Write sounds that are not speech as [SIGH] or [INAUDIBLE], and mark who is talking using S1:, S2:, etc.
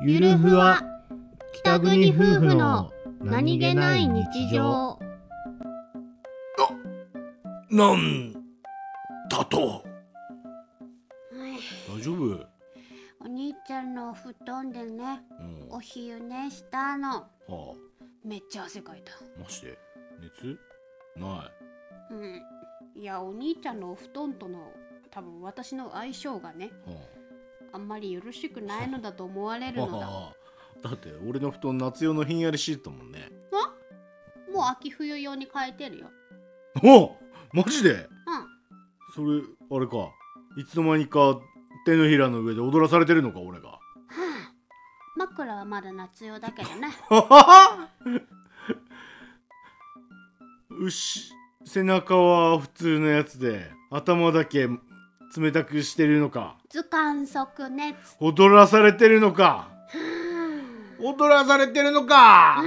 S1: ゆるふわ北国夫婦の何気ない日常
S2: なんだと大丈夫、うん、
S1: お兄ちゃんの布団でねお
S2: は
S1: 昼寝したの
S2: あ
S1: めっちゃ汗かいた
S2: まして熱な
S1: うんいやお兄ちゃんのお布団との多分私の相性がね
S2: い、は
S1: あんまりよろしくないのだと思われ
S2: あ、
S1: るのだも
S2: はあだって俺の布団夏用のひんやりシートだもんね
S1: う秋冬用に変えてるよ
S2: おマジで
S1: う
S2: それあれかいつの間にか手のひらの上で踊らされてるのか俺が
S1: んはあ枕はまだ夏用だけど [LAUGHS] ね
S2: はは [LAUGHS] うし背中は普通のやつで頭だけ冷たくしてるのか
S1: 図鑑即熱は
S2: 踊らされてるのか
S1: あ [LAUGHS]
S2: 踊らされてるのか
S1: あ